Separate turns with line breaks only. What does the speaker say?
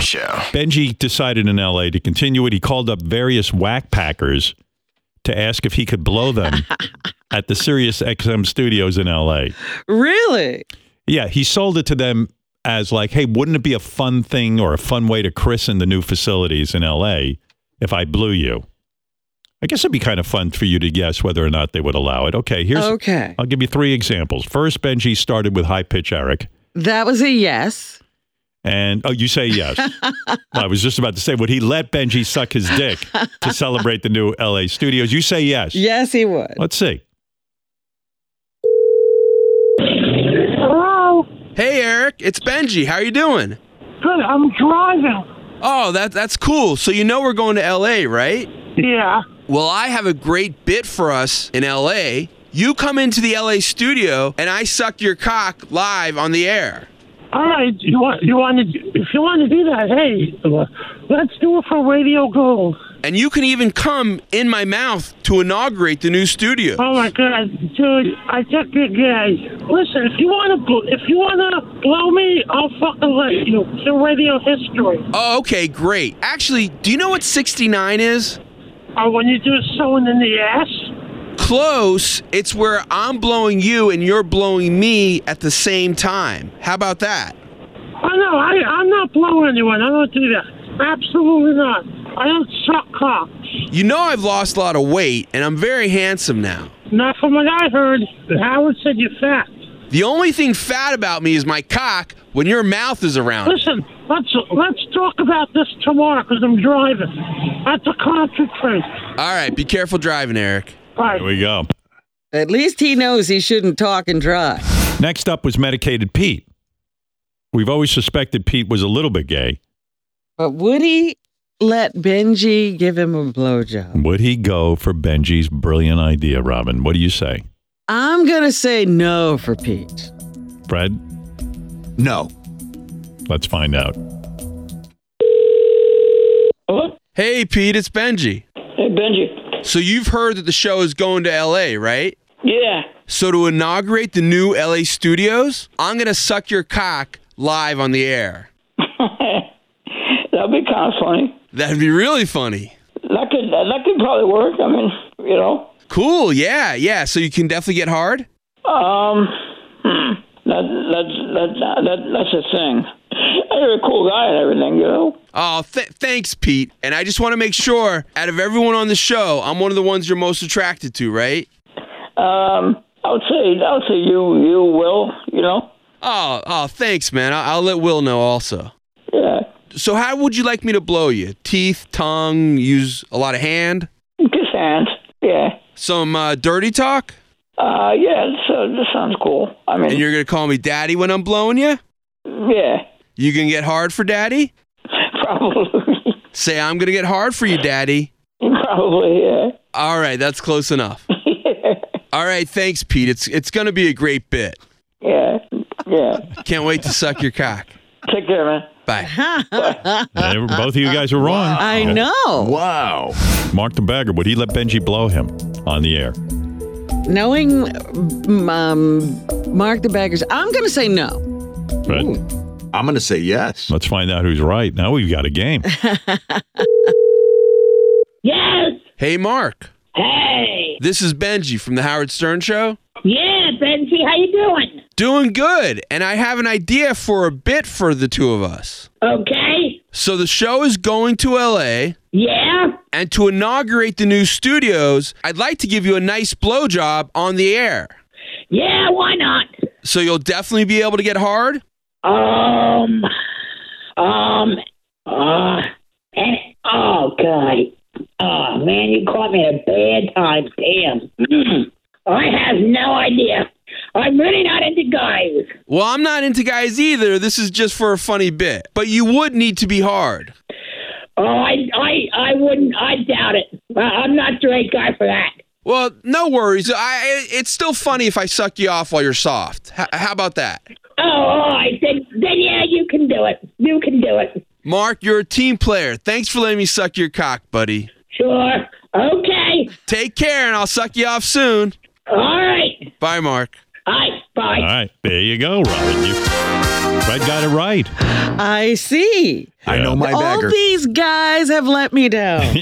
show.
Benji decided in LA to continue it. He called up various whack packers to ask if he could blow them at the Sirius XM studios in LA.
Really?
Yeah, he sold it to them as like, hey, wouldn't it be a fun thing or a fun way to christen the new facilities in LA if I blew you? I guess it'd be kind of fun for you to guess whether or not they would allow it. Okay, here's
okay.
I'll give you three examples. First, Benji started with high pitch Eric.
That was a yes.
And oh, you say yes. Well, I was just about to say, would he let Benji suck his dick to celebrate the new LA studios? You say yes.
Yes, he would.
Let's see.
Hello.
Hey, Eric, it's Benji. How you doing?
Good. I'm driving.
Oh, that that's cool. So you know we're going to L.A., right?
Yeah.
Well, I have a great bit for us in L.A. You come into the L.A. studio, and I suck your cock live on the air.
All right. You want you want to if you want to do that? Hey, let's do it for Radio Gold.
And you can even come in my mouth to inaugurate the new studio.
Oh my God, dude! I took your guy. Listen, if you want to if you want to blow me, I'll fucking let you. It's a radio history.
Oh, okay, great. Actually, do you know what 69 is?
Or Oh, when you do someone in the ass.
Close. It's where I'm blowing you and you're blowing me at the same time. How about that?
Oh no, I I'm not blowing anyone. I don't do that. Absolutely not. I don't suck cock.
You know I've lost a lot of weight and I'm very handsome now.
Not from what I heard. Howard said you're fat.
The only thing fat about me is my cock when your mouth is around. it.
Listen, let's let's talk about this tomorrow because I'm driving. That's a concentrate.
All right, be careful driving, Eric.
Right.
There we go.
At least he knows he shouldn't talk and drive.
Next up was medicated Pete. We've always suspected Pete was a little bit gay.
But would he let Benji give him a blowjob?
Would he go for Benji's brilliant idea, Robin? What do you say?
I'm going to say no for Pete.
Fred,
No.
let's find out.
Hey, Pete, it's Benji.
Hey, Benji.
So you've heard that the show is going to LA, right?
Yeah.
So to inaugurate the new LA studios, I'm going to suck your cock live on the air.
That'd be kind of funny.
That'd be really funny.
That could that could probably work. I mean, you know.
Cool, yeah, yeah. So you can definitely get hard?
Um. Hmm. That that's that, that that's a thing. And you're a cool guy and everything, you know.
Oh, th- thanks, Pete. And I just want to make sure, out of everyone on the show, I'm one of the ones you're most attracted to, right?
Um. I would say I would say you you will, you know.
Oh, oh, thanks, man. I- I'll let Will know also.
Yeah.
So, how would you like me to blow you? Teeth, tongue, use a lot of hand,
Kiss hands. Yeah.
some uh, dirty talk,
Uh. Yeah. This uh, this sounds cool. I
and
mean.
you're gonna call me daddy when I'm blowing you.
Yeah.
You gonna get hard for daddy?
Probably.
Say I'm gonna get hard for you, daddy.
probably. Yeah.
All right, that's close enough. All right, thanks, Pete. It's it's gonna be a great bit.
Yeah. Yeah.
Can't wait to suck your cock.
Take care, man.
Bye.
They were- Both of you guys are wrong.
I know.
Wow.
Mark the bagger. Would he let Benji blow him on the air?
Knowing um, Mark the Baggers, I'm going to say no.
Fred,
I'm going to say yes.
let's find out who's right. Now we've got a game.
Yes.
Hey, Mark.
Hey.
This is Benji from the Howard Stern Show.
Yeah, Benji, how you doing?
Doing good, and I have an idea for a bit for the two of us.
Okay.
So the show is going to LA,
Yeah.
and to inaugurate the new studios, I'd like to give you a nice blowjob on the air.
Yeah. Why not?
So you'll definitely be able to get hard.
Um. Um. Uh. And, oh God. Oh man, you caught me at a bad time. Damn. I have no idea. I'm really not into guys.
Well, I'm not into guys either. This is just for a funny bit. But you would need to be hard.
Oh, I, I, I wouldn't. I doubt it. I, I'm not the right guy for that.
Well, no worries. I, I it's still funny if I suck you off while you're soft. H- how about that?
Oh, all right. Then, then yeah, you can do it. You can do it.
Mark, you're a team player. Thanks for letting me suck your cock, buddy.
Sure. Okay.
Take care, and I'll suck you off soon.
All right.
Bye, Mark.
All right. Bye.
All right. There you go, Robin. You, I got it right.
I see.
I know my
All
bagger.
these guys have let me down.